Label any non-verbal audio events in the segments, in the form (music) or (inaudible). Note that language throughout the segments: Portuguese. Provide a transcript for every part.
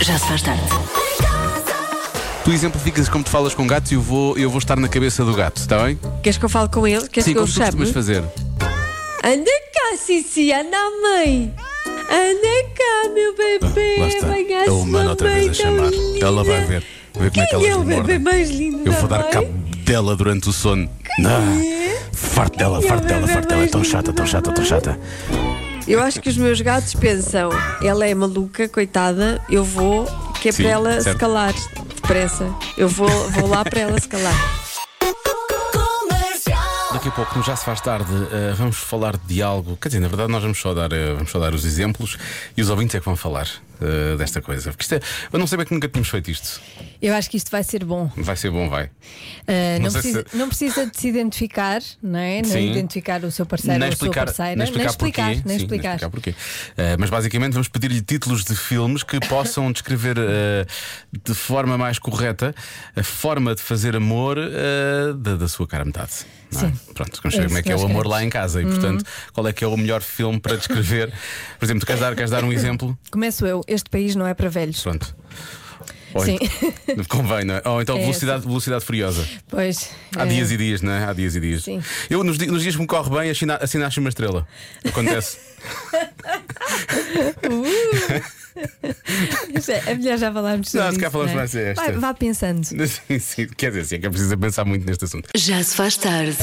Já se faz tarde. Tu exemplificas como tu falas com gatos e eu vou, eu vou estar na cabeça do gato, está bem? Queres que eu fale com ele? Queres Sim, que eu como o tu chame? costumas fazer. Anda cá, Cici, anda à mãe. Anda cá, meu bebê. Ah, Lá está. Venha à A humana sua outra mãe vez a tão chamar. linda. Ela vai ver. Ver como é que Quem elas é o me bebê mordem. mais lindo Eu da vou dar mãe? é? cabo dela durante o sono. Não. Farto dela, farto dela, farto dela. É tão chata, tão chata, tão chata. Eu acho que os meus gatos pensam, ela é maluca, coitada, eu vou, que é Sim, para ela se certo. calar depressa. Eu vou, vou lá para ela se calar. Daqui a pouco, no Já Se Faz Tarde, eh, vamos falar de algo. Quer dizer, na verdade, nós vamos só dar, eh, vamos só dar os exemplos e os ouvintes é que vão falar eh, desta coisa. Porque isto é, eu não sei bem que nunca tínhamos feito isto. Eu acho que isto vai ser bom. Vai ser bom, vai. Uh, não, Não sei precisa, se- não precisa de se identificar, não é? Não Sim. identificar o seu parceiro nem ou a sua explicar, parceira. nem explicar porquê. nem Sim, explicar. nem porquê. Eh, mas basicamente vamos pedir-lhe títulos de filmes que possam (laughs) descrever eh, de forma mais correta a forma de fazer amor eh, da, da sua cara metade. não é? Sim. Pronto, vamos É saber isso como é que que é o nós amor queremos. Uhum. lá em casa e, portanto, qual é que é o melhor filme para descrever. Por exemplo, tu queres dar, queres dar um exemplo? Começo eu. Este país não é para velhos. Pronto. Ou Sim. (laughs) ent- Convém, não é? Ou então (laughs) É velocidade, velocidade Furiosa. Pois. Há é, dias e dias, não é? Há dias e dias. Sim. Eu, nos, di- nos dias que me corre bem, assina, assim nasce uma estrela. Acontece. É melhor já falarmos sobre Não, se calhar isso, falamos é? mais a esta. Vai- Vá pensando. (laughs) Sim, sim. Quer dizer, sim, é que é preciso pensar muito neste assunto. Já se faz tarde.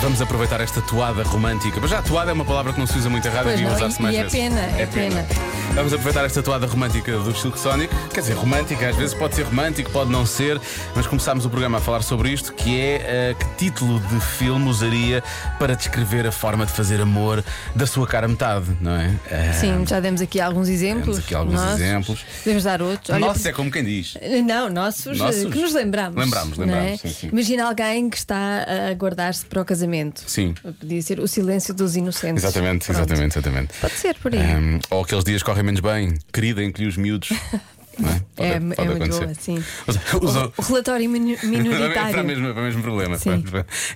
Vamos aproveitar esta toada romântica. Mas já toada é uma palavra que não se usa muito errado Pois devia não, usar-se e- mais e é vezes. pena, é Vamos aproveitar esta toada romântica do Silk Sonic. Quer dizer, romântica, às vezes pode ser romântico, pode não ser. Mas começámos o programa a falar sobre isto, que é eh, que título de filme usaria para descrever a forma de fazer amor da sua cara metade, não é? Eh, Sim, já demos aqui alguns exemplos. Temos aqui alguns nossos. exemplos. Podemos dar outros. Olha, Nossa, é como quem diz. Não, nossos, Nossos? eh, que nos lembramos. Lembramos, não lembramos, é? sim, sim. Imagina alguém que está a aguardar-se para o casamento. Sim. Podia ser o silêncio dos inocentes. Exatamente, Pronto. exatamente, É, exatamente. Pode ser por aí. Ahm, Ehm, ou aqueles dias correm menos bem, querida, encolhi os (laughs) miúdos. Não é? Pode- pode É, é muito acontecer. boa, sim. Os- os- O, o (laughs) relatório minu- É para o minoritário. mesmo, para o mesmo problema. Sim.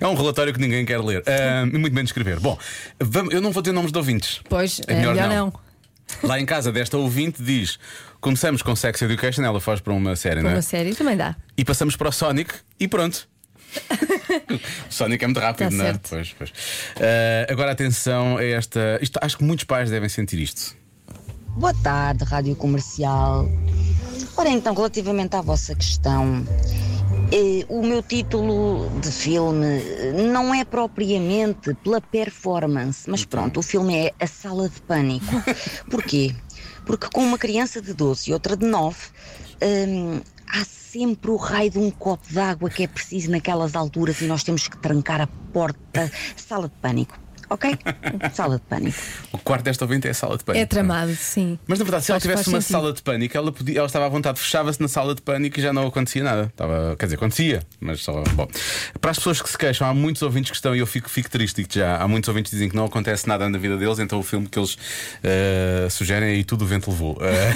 É um relatório que ninguém quer ler, ahm, e muito menos escrever. Bom, vamos- eu não vou ter nomes de ouvintes. pois, é melhor, não. Lá em casa, desta ouvinte diz: começamos com Sex Education, ela faz para uma série, Para não é? uma série também dá. E passamos para o Sonic e (laughs) pronto. o Sonic é muito rápido, Tá não é? certo. Pois, pois. Ah, agora atenção a esta. Isto, acho que muitos pais devem sentir isto. Boa tarde, Rádio Comercial. Ora então, relativamente à vossa questão, eh, o meu título de filme eh, não é propriamente pela performance, mas pronto, o filme é A Sala de Pânico. Porquê? Porque com uma criança de 12 e outra de 9, hum, há sempre o raio de um copo d'água que é preciso naquelas alturas e nós temos que trancar a porta. Sala de Pânico, ok? Sala de Pânico. O quarto desta ouvinte é a sala de pânico. É tramado, sim. Mas na verdade, se ela Faz- tivesse faz uma sentido. sala de pânico, ela, podia, ela estava à vontade, fechava-se na sala de pânico e já não acontecia nada. Estava, quer dizer, acontecia, mas só. Bom. Para as pessoas que se queixam, há muitos ouvintes que estão, e eu fico, fico triste, digo já, há muitos ouvintes que dizem que não acontece nada na vida deles, então o filme que eles eh, sugerem é E Tudo o Vento Levou. Eh,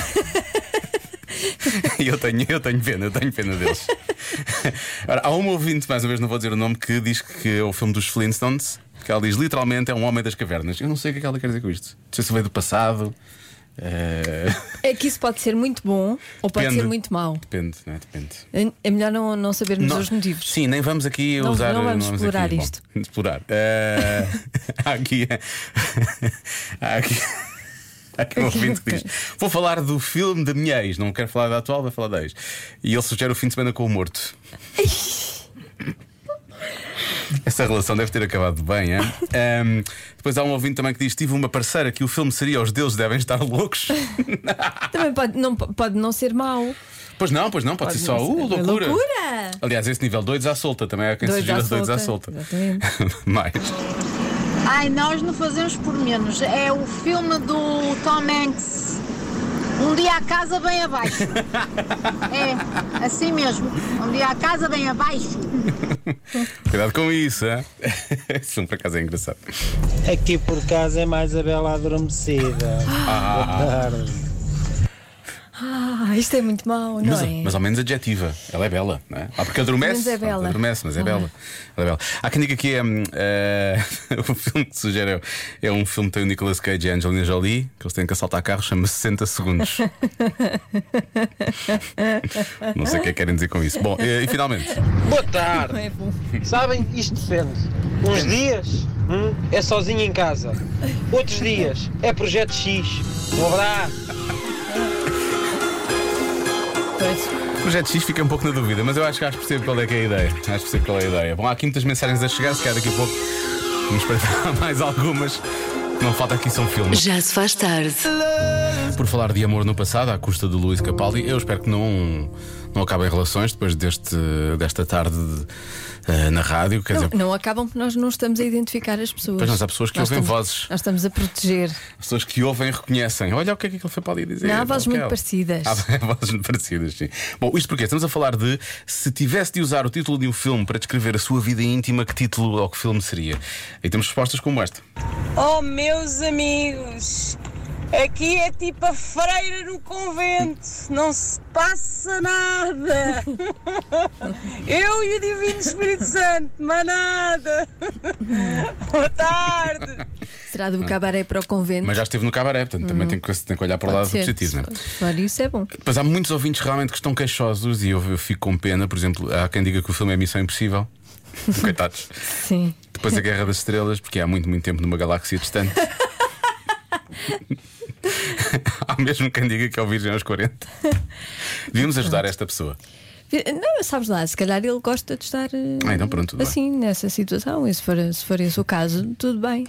E (laughs) eu tenho, eu tenho pena, eu tenho pena deles. Ora, há uma ouvinte, mais uma vez, não vou dizer o nome, que diz que é o filme dos Flintstones, que ela diz literalmente é um homem das cavernas. Eu não sei o que é que ela quer dizer com isto. Não sei se veio do passado. eh, (laughs) É que isso pode ser muito bom ou pode Depende. ser muito mau. Depende, não é? Depende. É- É melhor não, não sabermos os motivos. Sim, nem vamos aqui Não- usar. não vamos explorar bom, isto. explorar. Eh, (laughs) há aqui. há aqui. Há aqui um ouvinte que diz: Vou falar do filme da minha ex, não quero falar da atual, vou falar da ex. E ele sugere o fim de semana com o morto. Essa relação deve ter acabado bem, (laughs) hein? Ahm, depois há um ouvinte também que diz: Tive uma parceira que o filme seria Os Deuses Devem Estar Loucos. Também pode não, pode não ser mau. Pois não, pois não, pode, Pode ser só não ser. uh, loucura. Loucura! Aliás, esse nível 2 à solta também há quem Dois sugira à os dois à solta. solta. (laughs) Mais. Ai, nós não fazemos por menos. É o filme do Tom Hanks. Um dia a casa bem (laughs) abaixo. É, assim mesmo. Um dia a casa bem abaixo. Cuidado com isso, hein? (laughs) Isso por acaso é engraçado. Aqui por casa é Ah. mais a bela adormecida. Boa tarde. Ai, isto é muito mau, não Mas, é? mas ao menos adjetiva, ela é bela, não é? Ah, porque adormece, Mas é bela. adormece, mas é Ah. bela. Ela é bela. Há quem diga que é, hum, eh, (laughs) o filme que sugere é- é um filme que tem o Nicolas Cage e a Angelina Jolie, que eles têm que assaltar carros, chama 60 (laughs) Segundos. não sei o que é que querem dizer com isso. Bom, eh, e finalmente, Boa tarde! Não é bom. Sabem, isto depende. Uns dias hum, é sozinho em casa, outros dias é projeto X. Um abraço! Pois. o projeto X fica um pouco na dúvida, mas eu acho que acho que percebo qual é que é a ideia. Acho que percebo qual é a ideia. Bom, há aqui muitas mensagens a chegar, se calhar daqui a pouco vamos para (laughs) mais algumas. Não falta aqui são filmes. Já se faz tarde. Por falar de amor no passado, à custa de Luís Capaldi, eu espero que não, não acabem relações depois deste, desta tarde de- eh, na rádio. Quer Não, dizer, não acabam porque nós não estamos a identificar as pessoas. Pois não, há pessoas que Nós ouvem estamos- vozes. Nós estamos a proteger. pessoas que ouvem e reconhecem. Olha o que é que ele foi para ali dizer. Não, há vozes muito Aquela. parecidas. Há (laughs) vozes muito parecidas, sim. Bom, isto porque estamos a falar de se tivesse de usar o título de um filme para descrever a sua vida íntima, que título ou que filme seria? E temos respostas como esta. Oh, meus amigos, aqui é tipo a freira no convento, não se passa nada. (laughs) Eu e o Divino Espírito Santo, mas nada. (laughs) Boa tarde. Será do cabaré para o convento? Hum. Mas já esteve no cabaré, portanto também tem que, tem que olhar para o lado Uhum. Pode ser. positivo, não é? Olha, isso é bom. Mas há muitos ouvintes realmente que estão queixosos e eu, eu fico com pena. Por exemplo, há quem diga que o filme é Missão (laughs) Impossível. Um Coitados. Sim. Depois a Guerra das Estrelas, porque há muito, muito tempo numa galáxia distante. há mesmo quem diga que é o Virgem aos 40. Devíamos ajudar esta pessoa. Não, sabes lá, se calhar ele gosta de estar eh, Ah, então pronto, tudo bem. assim, nessa situação. E se for, se for esse o caso, tudo bem.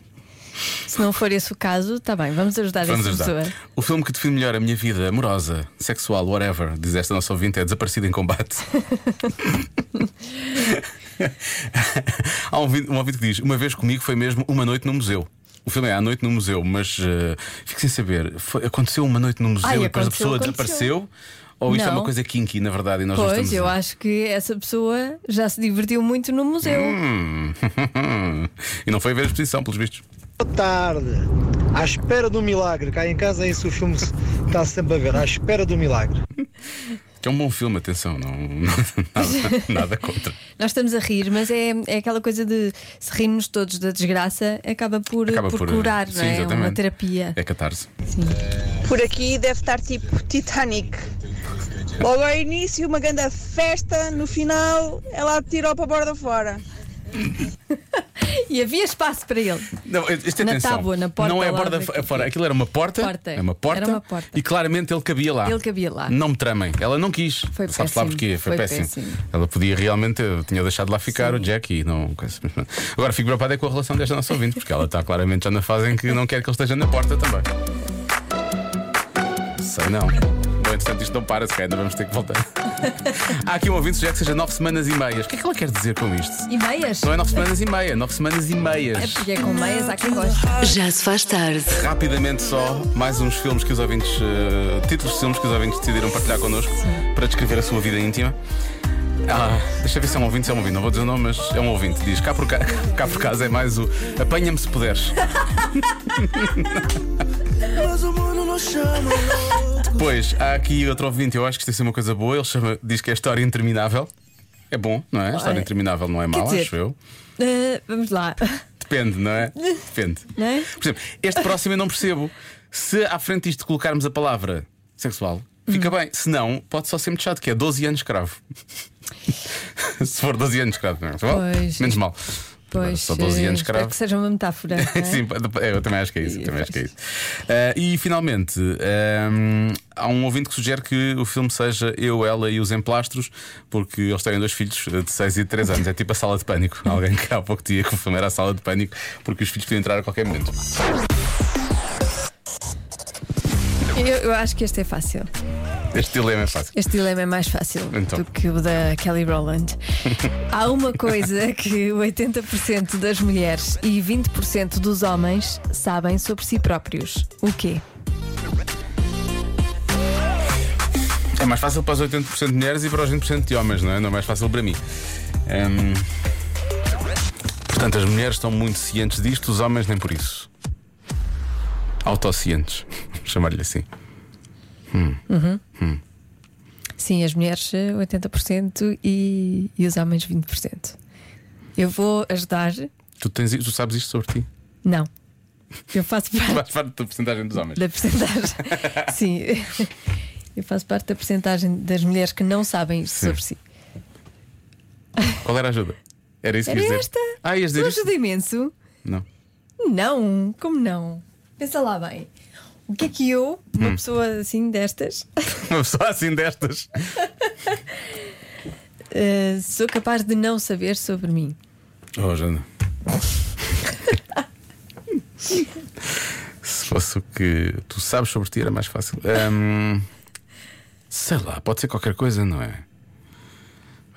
Se não for esse o caso, está bem, vamos ajudar Vamos essa ajudar. pessoa. O filme que define melhor a minha vida amorosa, sexual, whatever, diz esta nossa ouvinte, é Desaparecido em Combate. (laughs) Há um ouvinte, um ouvinte que diz: Uma vez comigo foi mesmo uma noite no museu. O filme é à noite no museu, mas eh, fico sem saber. Foi- aconteceu uma noite no museu Ai, e depois a aconteceu, pessoa aconteceu. desapareceu? Ou isto é uma Não. coisa kinky, na verdade, e nós não Pois, estamos eu a- acho que essa pessoa já se divertiu muito no museu. Hum. (laughs) e não foi ver a exposição, pelos vistos. Boa tarde! À espera do milagre. Cá em casa é esse o filme que está sempre a ver. À espera do milagre. Que é um bom filme, atenção, não, (laughs) nada, nada contra. Nós estamos a rir, mas é, é aquela coisa de se rirmos todos da desgraça, acaba por, Acaba por, por, eh, curar, sim, não é? É Uma exatamente. terapia. É catarse. Por aqui deve estar tipo Titanic. Logo ao início, uma grande festa, no final, ela tirou para a borda fora. E havia espaço para ele. Não, isto é Na atenção. tábua, na porta Não é lá borda daqui. fora. Aquilo era uma porta. Porta. É uma porta. Era uma porta. E claramente ele cabia lá. Ele cabia lá. Não me tramem. Ela não quis. Foi Sabes lá péssimo. porquê? Foi, Foi péssimo. péssimo. Ela podia realmente. Eu tinha deixado lá ficar o Jack e não. coisa, mas pronto. Agora fico preocupada é com a relação desta nossa ouvinte, porque ela está claramente já na fase em que não quer que ele esteja na porta também. Sei não. Bom, entretanto, isto não para, se calhar ainda vamos ter que voltar. (laughs) Há aqui um ouvinte que sugere que seja nove semanas e meias. O que é que ela quer dizer com isto? E meias? Não é nove semanas e meia, nove semanas e meias. É porque é com meias há quem goste. Já se faz tarde. Rapidamente só, mais uns filmes que os ouvintes, eh, títulos de filmes que os ouvintes decidiram partilhar connosco para descrever a sua vida íntima. Ah, deixa eu ver se é um ouvinte, se é um ouvinte, não vou dizer o nome, mas é um ouvinte. Diz cá por, ca... (laughs) cá por casa é mais o apanha-me se (laughs) puderes. Depois há aqui outro ouvinte, eu acho que isto é uma coisa boa, ele chama- diz que é história interminável. É bom, não é? História Olha, interminável não é mau, dizer- acho eu. Ah, vamos lá. Depende, não é? Depende. Não é? Por exemplo, este próximo eu não percebo. Se à frente disto colocarmos a palavra sexual, fica bem. Se não, pode só ser muito chato, que é 12 anos escravo. (laughs) se for 12 anos escravo, não é? Pois. menos mal. Agora, Pois, só 12 eh, anos espero escravo. que seja uma (laughs) metáfora. não é? Sim, eu também acho que é isso. eu também acho que é isso. Ah, e finalmente, ahm, há um ouvinte que sugere que o filme seja Eu, Ela e os Emplastros, porque eles têm dois filhos de 6 e 3 anos. É tipo a sala de pânico. (laughs) Alguém que há pouco dia que o filme era a sala de pânico, porque os filhos podiam entrar a qualquer momento. Eu, eu acho que este é fácil. Este dilema é fácil. Este dilema é mais fácil Então. do que o da (laughs) Kelly Rowland. Há uma coisa que 80% das mulheres e 20% dos homens sabem sobre si próprios. O quê? É mais fácil para os 80% de mulheres e para os 20% de homens, não é? Não é mais fácil para mim. Ahm, portanto, as mulheres estão muito cientes disto, os homens nem por isso. (laughs) Autocientes, chamar-lhe assim. Hum. Hum. Sim, as mulheres eh, 80% e, e os homens 20%. Eu vou ajudar. Tu, tens, tu sabes isto sobre (laughs) ti? Não. (laughs) Eu faço Tu parte fazes parte da porcentagem dos homens. (laughs) da percentagem. Sim. Eu faço parte da percentagem das mulheres que não sabem isto Sim. sobre si. Qual era a ajuda? Era isso que Era ias dizer? esta. Ah, ias Tu dizer isto? ajuda imenso. Não. (laughs) Não, como não? Pensa lá bem. O que é que eu, uma pessoa assim destas, (laughs) Uma pessoa assim destas. eh, sou capaz de não saber sobre mim? Oh, Jana. (laughs) Se fosse o que tu sabes sobre ti, era mais fácil. Ahm, sei lá, pode ser qualquer coisa, não é?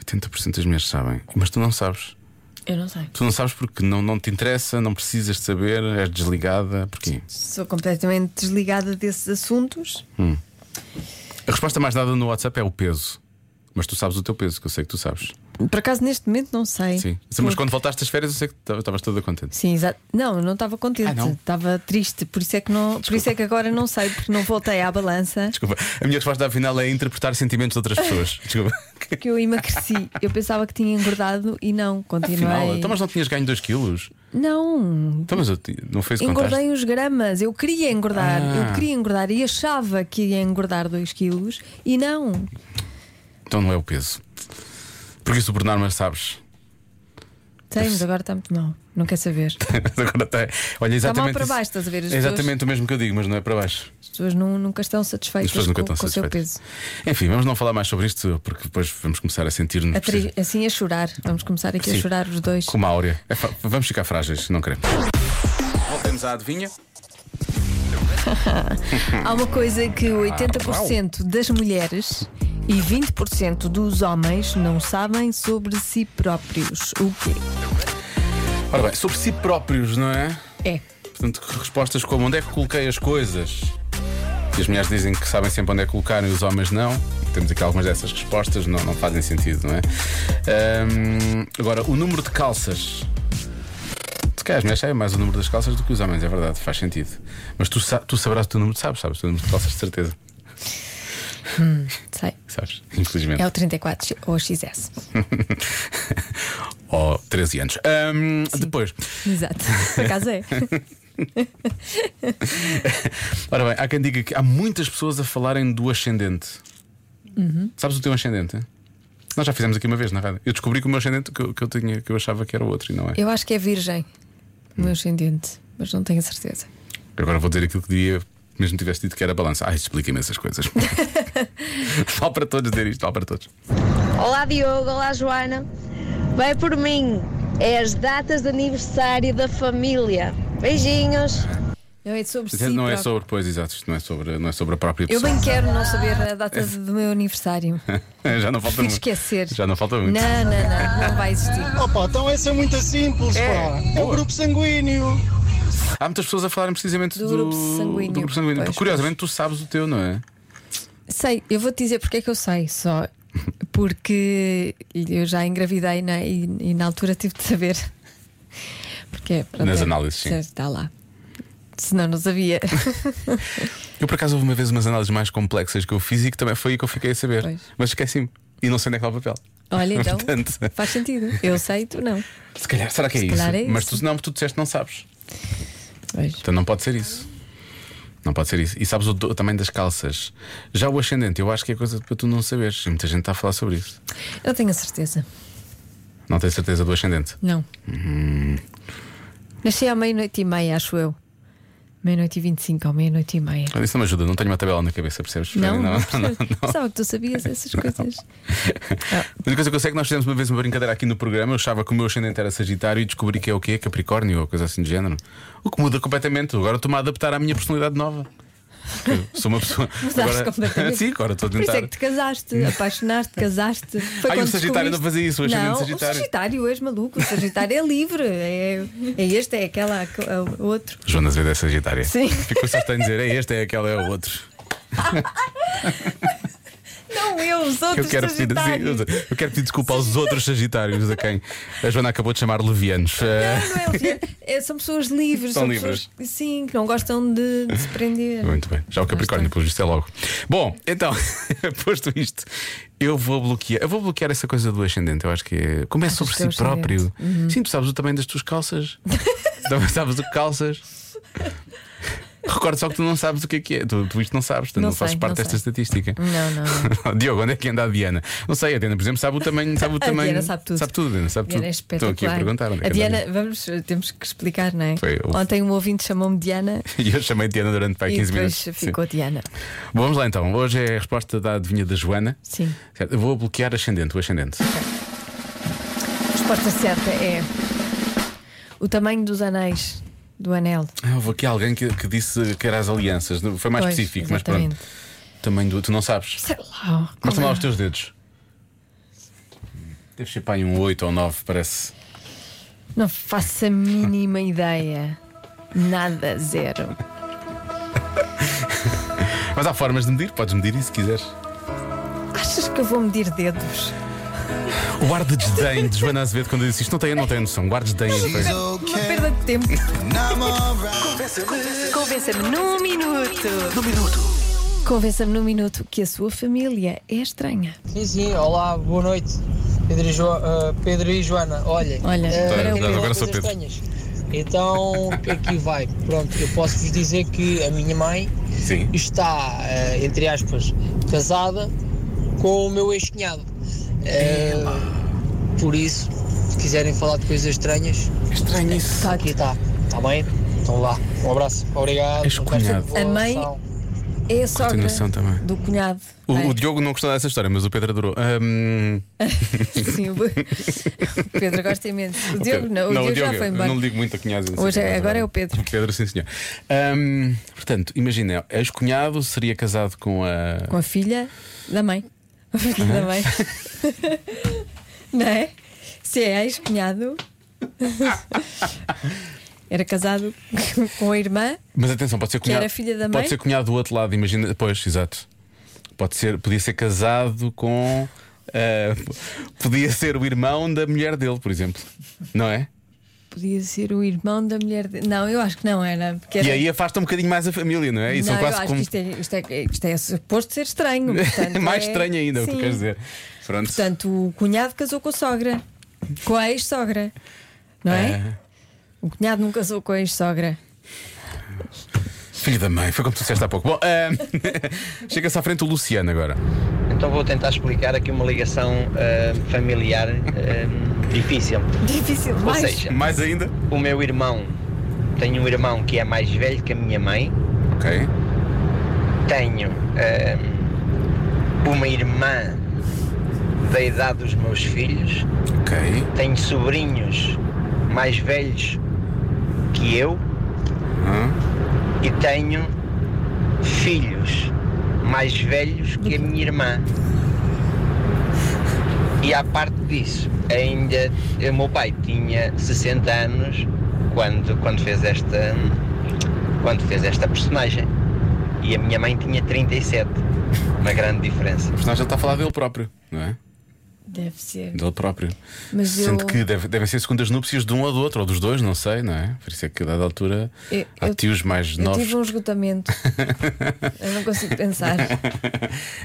80% das mulheres sabem, mas tu não sabes. Eu não sei. Tu não sabes porque não, não te interessa, não precisas de saber, és desligada. Porquê? Sou completamente desligada desses assuntos. A resposta mais dada no WhatsApp é o peso. Mas tu sabes o teu peso, que eu sei que tu sabes. Por acaso, neste momento, não sei. Sim. Mas quando voltaste às férias, eu sei que tu estavas toda contente. Sim, exato. Não, eu não estava Ah, contente, não? estava triste, por isso é que não, por isso é que agora não sei, porque não voltei à (laughs) balança, Desculpa, a minha resposta afinal é interpretar sentimentos de outras (laughs) pessoas. Desculpa. porque eu emagreci. Eu pensava que tinha engordado e não, continuei. Afinal, então, mas não tinhas ganho 2 quilos? Não, Então, mas eu ti- não foi isso que contaste? engordei uns gramas. Eu queria engordar, Ah. eu queria engordar e achava que ia engordar 2 quilos e não. Então não é o peso. Porque isso por norma sabes. (laughs) Sei, mas agora está muito mal, não quer (laughs) saber. Mas Agora está. Olha, Está exatamente. Tá mal para isso- baixo, estás a ver? As É exatamente o mesmo que eu digo, mas não é para baixo. pessoas, as pessoas nu- nunca estão As satisfeitas pessoas nunca com, estão com o seu peso. satisfeitas. Enfim, vamos não falar mais sobre isto, porque depois vamos começar a sentir-nos A tri- Assim a chorar, vamos começar aqui Sim. a chorar os dois. como a áurea. É fa- vamos ficar frágeis, não queremos. Voltemos à adivinha. Há uma coisa que Ah, 80% das mulheres e 20% dos homens não sabem sobre si próprios. O quê? Ora bem, sobre si próprios, não é? É. Portanto, que respostas como onde é que coloquei as coisas? E as mulheres dizem que sabem sempre onde é que colocar e os homens não. Temos aqui algumas dessas respostas, não, não fazem sentido, não é? Ahm, agora, o número de calças. Se calhar as mulheres sabem mais o número das calças do que os homens, é verdade, faz sentido. Mas tu, sa- tu saberás o teu número, sabes, sabes o teu número de calças, de certeza. Sei. Sabes, infelizmente. É o 34 ou o XS. Ó, 13 Oh, anos. Ahm, depois, Exato. Por acaso é. (laughs) ora bem, há quem diga que há muitas pessoas a falarem do ascendente. Uhum. Sabes o teu ascendente? hein? Nós já fizemos aqui uma vez na rádio. Eu descobri que o meu ascendente que eu, que eu tinha, que eu achava que era o outro e não é. Eu acho que é virgem, o meu ascendente, mas não tenho certeza. Agora vou dizer aquilo que diria, mesmo tivesse dito que era balança. Ai, explica-me essas (laughs) coisas. vale para todos dizer isto, vale para todos. Olá Diogo, olá Joana. Vai por mim, é as datas de aniversário da família. Beijinhos. Não é sobre si. não é próprio. sobre, pois exato, isto não é sobre, não é sobre a própria Eu pessoa. bem quero não saber (laughs) a data do meu aniversário. já não falta Prefiro muito. esquecer. Já não falta Não, muito. não, não, não vai existir. Opa, então essa é muito simples, pá. É o boa. grupo sanguíneo. Há muitas pessoas a falarem precisamente do, Do grupo sanguíneo. do grupo sanguíneo. Pois, Porque, curiosamente, tu sabes o teu, não é? Sei, eu vou-te dizer porque é que eu sei, só porque eu já engravidei né? e, e na altura tive de saber. Porque pronto, Nas é, análises, sim. Está lá. Senão (laughs) não sabia. Eu por acaso houve uma vez umas análises mais complexas que eu fiz e que também foi aí que eu fiquei a saber. Pois. Mas esqueci-me. E não sei onde é que está o papel. (laughs) Olha, então Portanto, faz sentido. Eu sei, tu não. se calhar, será que é Se isso? calhar é Mas isso. tu não, tu disseste que não sabes. Pois. Então não pode ser isso. Não pode ser isso. E sabes o do- também das calças. Já o ascendente, eu acho que é coisa para tu não saberes. E muita gente está a falar sobre isso. Eu tenho a certeza. Não tens certeza do ascendente. Não. Uhum. Nasci à meia-noite e meia, acho eu. Meia-noite e vinte e cinco ou meia-noite e meia. Isso não me ajuda, não tenho uma tabela na cabeça, percebes? Não, não, não, percebo. Sabe que tu sabias essas coisas. (laughs) A única coisa que eu sei é que nós fizemos uma vez uma brincadeira aqui no programa. Eu achava que o meu ascendente era Sagitário e descobri que é o quê? Capricórnio ou coisa assim de género. O que muda completamente. Agora estou-me a adaptar à minha personalidade nova. Eu sou uma (laughs) pessoa. agora... (laughs) completamente. Sim, agora estou a Por isso tentar. é que te casaste, apaixonaste, casaste. Foi Ai, quando o Sagitário descobriste- não fazia isso, o ascendente não, Sagitário. O Sagitário, és maluco, o Sagitário é livre. É, é este, é aquela, aqu- é o outro. Joana Azevedo é Sagitária. Sim. (laughs) Ficou só a dizer: é este, é aquele, é o outro. Não eu, os outros Eu quero, pedir, sagitários. sim, eu quero pedir desculpa aos outros Sagitários, a quem a Joana acabou de chamar (laughs) levianos. Eh, Não, não é leviano. É, são pessoas livres. São são pessoas- sim, que não gostam de, de se prender. Muito bem. Já o Capricórnio, pelo visto, é logo. Bom, então, (laughs) posto isto, eu vou bloquear. Eu vou bloquear essa coisa do ascendente. Eu acho que é. Como é Achas sobre que é si o próprio. ascendente? Uhum. Sim, tu sabes o tamanho das tuas (laughs) calças. Também sabes o que calças. Recordo só que tu não sabes o que é que é. Tu, tu isto não sabes, tu não, Não fazes sei, parte não desta sei. estatística. Não, não, (laughs) não. Diogo, onde é que anda a Diana? Não sei, a Diana, por exemplo, sabe o tamanho. Sabe o (laughs) A tamanho Diana sabe tudo. Sabe tudo, Diana, sabe Diana tudo. é Estou espetacular. aqui a perguntar onde é a que anda Diana, vamos, temos que explicar, não é? Foi eu. Ontem um ouvinte chamou-me Diana E eu chamei Diana (laughs) durante pá, e 15 depois minutos. Sim. ficou Diana. Bom, Vamos lá então, hoje é a resposta da adivinha da Joana. Sim. Certo, Eu vou bloquear ascendente, o ascendente. A resposta certa é o tamanho dos anéis do anel. Ah, Houve aqui alguém que, que disse que era as alianças, não- foi mais Pois, específico, exatamente. mas pronto. Tamanho do. Tu não sabes? Sei lá. qual Mostra lá é? os teus dedos. Deve ser para aí um 8 ou 9, parece. Não faço a mínima (laughs) ideia. Nada, zero. Mas há formas de medir, podes medir isso se quiseres. Achas que eu vou medir dedos? O ar de desdém de Joana Azevedo quando eu disse isto, não tem, não tem noção. O ar de desdém. não tem. Uma perda de tempo. Convença-me num minuto. Num minuto. Convença-me num minuto que a sua família é estranha. Sim, sim, olá, boa noite, Pedro e, Jo- ah, Pedro e Joana. Olhem, Olha, ah, agora é tem o Pedro. umas Agora sou coisas Pedro. estranhas. Então, aqui vai. Pronto, eu posso vos dizer que a minha mãe está, ah, entre aspas, casada com o meu ex-cunhado. Ah, por isso, se quiserem falar de coisas estranhas, estranho isso. Aqui está, está bem? Então lá, um abraço, obrigado. Ex-cunhado. A mãe é a sogra noção também. do cunhado. O, É. o Diogo não gostou dessa história, mas o Pedro adorou. Hum, Ahm, (laughs) Sim, o o Pedro (laughs) gosta imenso. O Diogo não, o Diogo, já foi eu embora. Não ligo muito a cunhados. Hoje é- agora é o Pedro. O Pedro, sim, senhor. Ahm, portanto, imagina, ex-cunhado seria casado com a. Com a filha da mãe. (laughs) A filha da mãe. (laughs) não é? Se é ex-cunhado. (laughs) Era casado (laughs) com a irmã. Mas atenção, pode ser Que cunhado. era filha da mãe? Pode ser cunhado do outro lado, imagina. Pois, exato. Pode ser, podia ser casado com. ah, podia ser o irmão da mulher dele, por exemplo. Não é? Podia ser o irmão da mulher. De... Não, eu acho que não era. Porque era... E aí afasta um bocadinho mais a família, não é? E não, são eu quase acho como. que isto é, isto, é, isto é suposto (laughs) ser estranho. portanto, mais é- estranho ainda, o que tu Sim. queres dizer. Pronto. Portanto, o cunhado casou com a sogra, com a ex-sogra, não é? Ah. O cunhado não casou com a ex-sogra. Filho da mãe, foi como tu disseste há pouco. Bom, ahm, (laughs) chega-se à frente o Luciano agora. Então vou tentar explicar aqui uma ligação ah, familiar ah, difícil. Difícil, Ou mais. seja, mais ainda? O meu irmão, tenho um irmão que é mais velho que a minha mãe. Ok. Tenho ah, uma irmã da idade dos meus filhos. Ok. Tenho sobrinhos mais velhos que eu. E tenho filhos mais velhos que a minha irmã. E à parte disso, ainda o meu pai tinha 60 anos quando, quando, fez esta, quando fez esta personagem. E a minha mãe tinha 37. Uma grande diferença. O personagem está a falar dele próprio, não é? Deve ser. Dele próprio. Mas Sendo eu- que deve- devem ser segundas núpcias de um ou do outro, ou dos dois, não sei, não é? Por isso é que a dada altura Eu- há eu- tios mais Eu novos. tive (laughs) um esgotamento. eu não consigo pensar.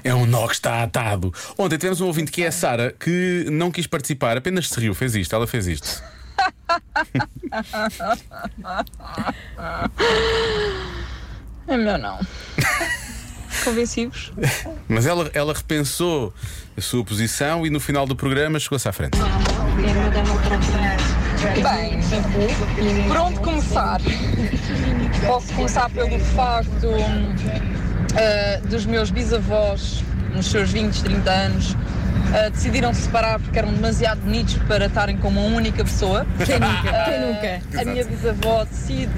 É um nó que está atado. Ontem tivemos um ouvinte que é a Sara que não quis participar, apenas se riu, fez isto, ela fez isto. É meu não. Convenci-vos. Mas ela, ela repensou a sua posição e no final do programa chegou-se à frente. Bem, por onde começar? Posso começar pelo facto hum, ah, dos meus bisavós, nos seus 20, 30 anos, ah, decidiram se separar porque eram demasiado bonitos para estarem com uma única pessoa. Quem nunca? Ah, Quem nunca? A minha bisavó decide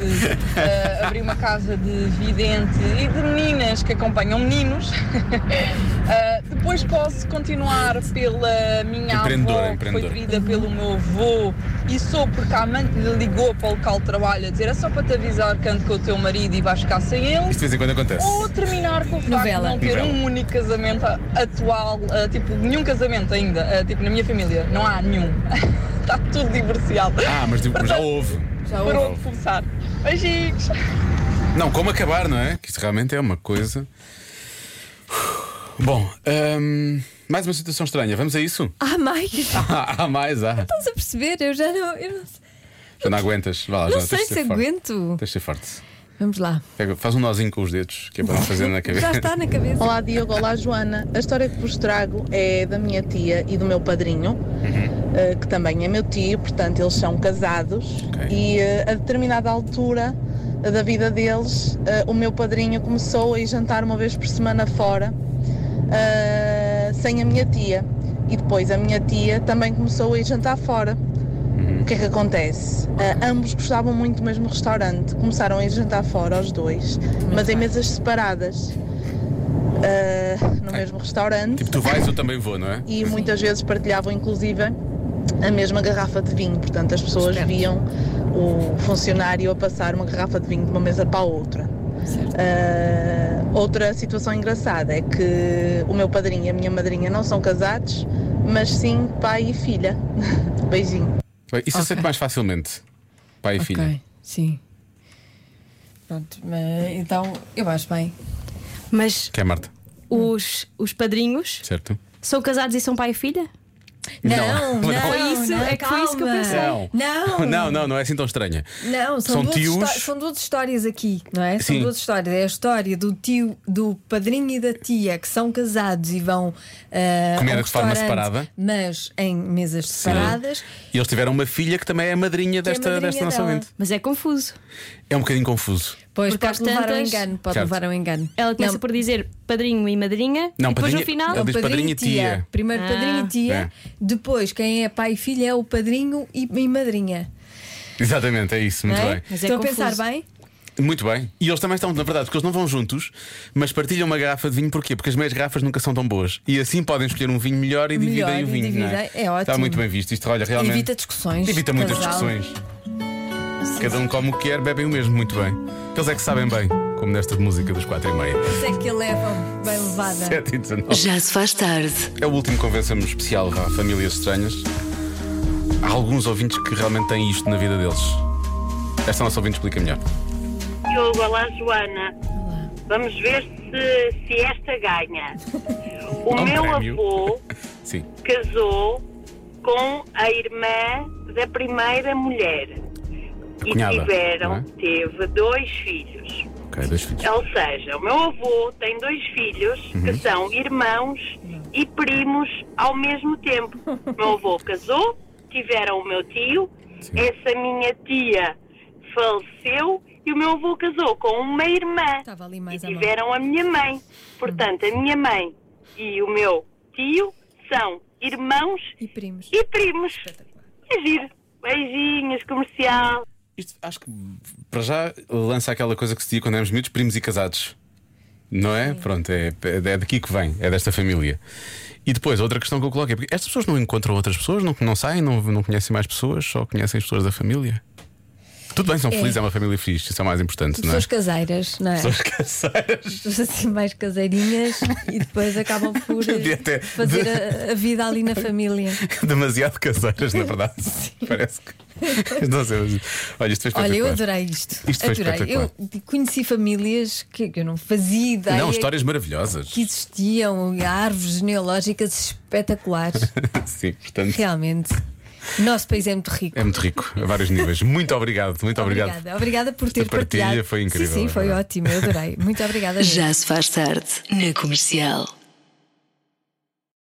ah, abrir uma (laughs) casa de vidente e de meninas que acompanham meninos. Ah, depois depois posso continuar pela minha Empreendedora, avó, que foi empreendedora. querida pelo meu avô, e sou porque a amante lhe ligou para o local de trabalho a dizer é só para te avisar que ando com o teu marido e vais ficar sem ele. Isto de vez em quando acontece. Ou terminar com o facto Novela. de não ter Novela. um único casamento atual, ah, tipo, nenhum casamento ainda, ah, tipo, na minha família, não há nenhum. (laughs) Está tudo divorciado. Ah, mas tipo, já houve. Já Por onde começar? Beijinhos! Não, como acabar, não é? Que isso realmente é uma coisa. Bom, hum, mais uma situação estranha. Vamos a isso? (laughs) Ah, mais? Há mais, há. Estás a perceber? Eu já não, eu não sei, Já não aguentas. Vá lá, já não sei se aguento. Tens de ser forte. Vamos lá. Pega- Faz um nozinho com os dedos, que é para não (laughs) fazer na cabeça. na cabeça. Olá, Diogo. Olá, Joana. A história que vos trago é da minha tia e do meu padrinho, eh, que também é meu tio, portanto, eles são casados. E eh, a determinada altura da vida deles, eh, o meu padrinho começou a ir jantar uma vez por semana fora, eh, sem a minha tia. E depois a minha tia também começou a ir jantar fora. O que é que acontece? Ah, ambos gostavam muito do mesmo restaurante, começaram a ir jantar fora os dois, mas em mesas separadas. Ah, no mesmo restaurante Tipo, tu vais, eu também vou, não é? e muitas vezes partilhavam inclusive a mesma garrafa de vinho, portanto as pessoas viam o funcionário a passar uma garrafa de vinho de uma mesa para a outra. Ah, outra situação engraçada é que o meu padrinho e a minha madrinha não são casados, mas sim pai e filha. (laughs) Beijinho. Bem, Isso eu aceito mais facilmente. Pai e filha. Sim. Pronto, mas, então eu acho bem. Mas Que é Marta, os, os padrinhos certo? são casados e são pai e filha? (laughs) Não, não, foi isso, não, é que foi isso que eu calma. pensei. Não. Não. Não, não, não é assim tão estranha. Não, são, São duas tios. histó- são duas histórias aqui, não é? São Sim. duas histórias. É a história do tio, do padrinho e da tia que são casados e vão ah, Comer a um de forma restaurante, separada. mas em mesas Sim. separadas. E eles tiveram uma filha que também é a madrinha Que é a desta, madrinha desta nossa dela. mente. Mas é confuso. É um bocadinho confuso. Pois Porque pode às levar ao tantas- engano, pode Certo. levar ao engano. é Ela começa por dizer padrinho e madrinha. Não, e depois padrinho- no final. ela diz Não, padrinho e padrinho e tia. tia. Primeiro Ah. padrinho e tia, É. depois quem é pai e filha é o padrinho e, e madrinha. Exatamente, é isso, muito não é? bem. Estou a pensar bem? Muito bem. E eles também estão, na verdade, porque eles não vão juntos, mas partilham uma garrafa de vinho, porquê? Porque as meias garrafas nunca são tão boas. E assim podem escolher um vinho melhor e Melhor dividem e o vinho. não é? dividem. É ótimo. Está muito bem visto. Isto, olha, realmente. Evita discussões. Evita muitas casal. discussões. Cada um come o que quer, bebem o mesmo, muito bem. Eles é que sabem bem, como nesta música dos 4 e meia. (laughs) Sei é que levam bem levada. 7 e 19. Já se faz tarde. É o último convença-me especial a famílias estranhas. Há alguns ouvintes que realmente têm isto na vida deles. Esta nossa ouvinte explica melhor. Diogo, olá Joana. Vamos ver se, se esta (laughs) ganha. O Há um meu prémio. avô (laughs) Sim. casou com a irmã da primeira mulher. E Cunhada, tiveram, não é? teve dois filhos. Ok, dois filhos. Ou seja, o meu avô tem dois filhos que Uhum. são irmãos e primos ao mesmo tempo. O meu avô casou, tiveram o meu tio, essa minha tia faleceu e o meu avô casou com uma irmã. E à mão. tiveram a minha mãe. Portanto, a minha mãe e o meu tio são irmãos e primos. E primos. É giro. Beijinhos, comercial. Acho que Para já lança aquela coisa que se dizia quando éramos miúdos, primos e casados. Não é? Pronto, é, é daqui que vem, é desta família. E depois, outra questão que eu coloco é porque estas pessoas não encontram outras pessoas, não, não saem, não, não conhecem mais pessoas, só conhecem as pessoas da família. Tudo bem, são É. felizes, é uma família feliz, isso é o mais importante, não é? (laughs) Pessoas caseiras, não é? Pessoas caseiras. Pessoas assim mais caseirinhas e depois acabam por eh, Eu (laughs) devia ter- fazer a, a vida ali (laughs) na família. Demasiado caseiras, na (laughs) verdade. Parece que. Não sei, mas- Olha, isto foi Olha, eu espetacular. adorei isto. Isto foi adorei. Eu espetacular. conheci famílias que que eu não fazia ideia Não, histórias maravilhosas. que existiam e árvores genealógicas (laughs) espetaculares. (laughs) Sim, portanto. Realmente. O nosso país é muito rico. É muito rico, a vários níveis. Muito obrigado, muito obrigado. Obrigada. Obrigada por ter Esta partilha partilhado. foi incrível, Sim, sim, é foi verdade. ótimo. Eu adorei. Muito obrigada. mesmo. Já se faz tarde na comercial.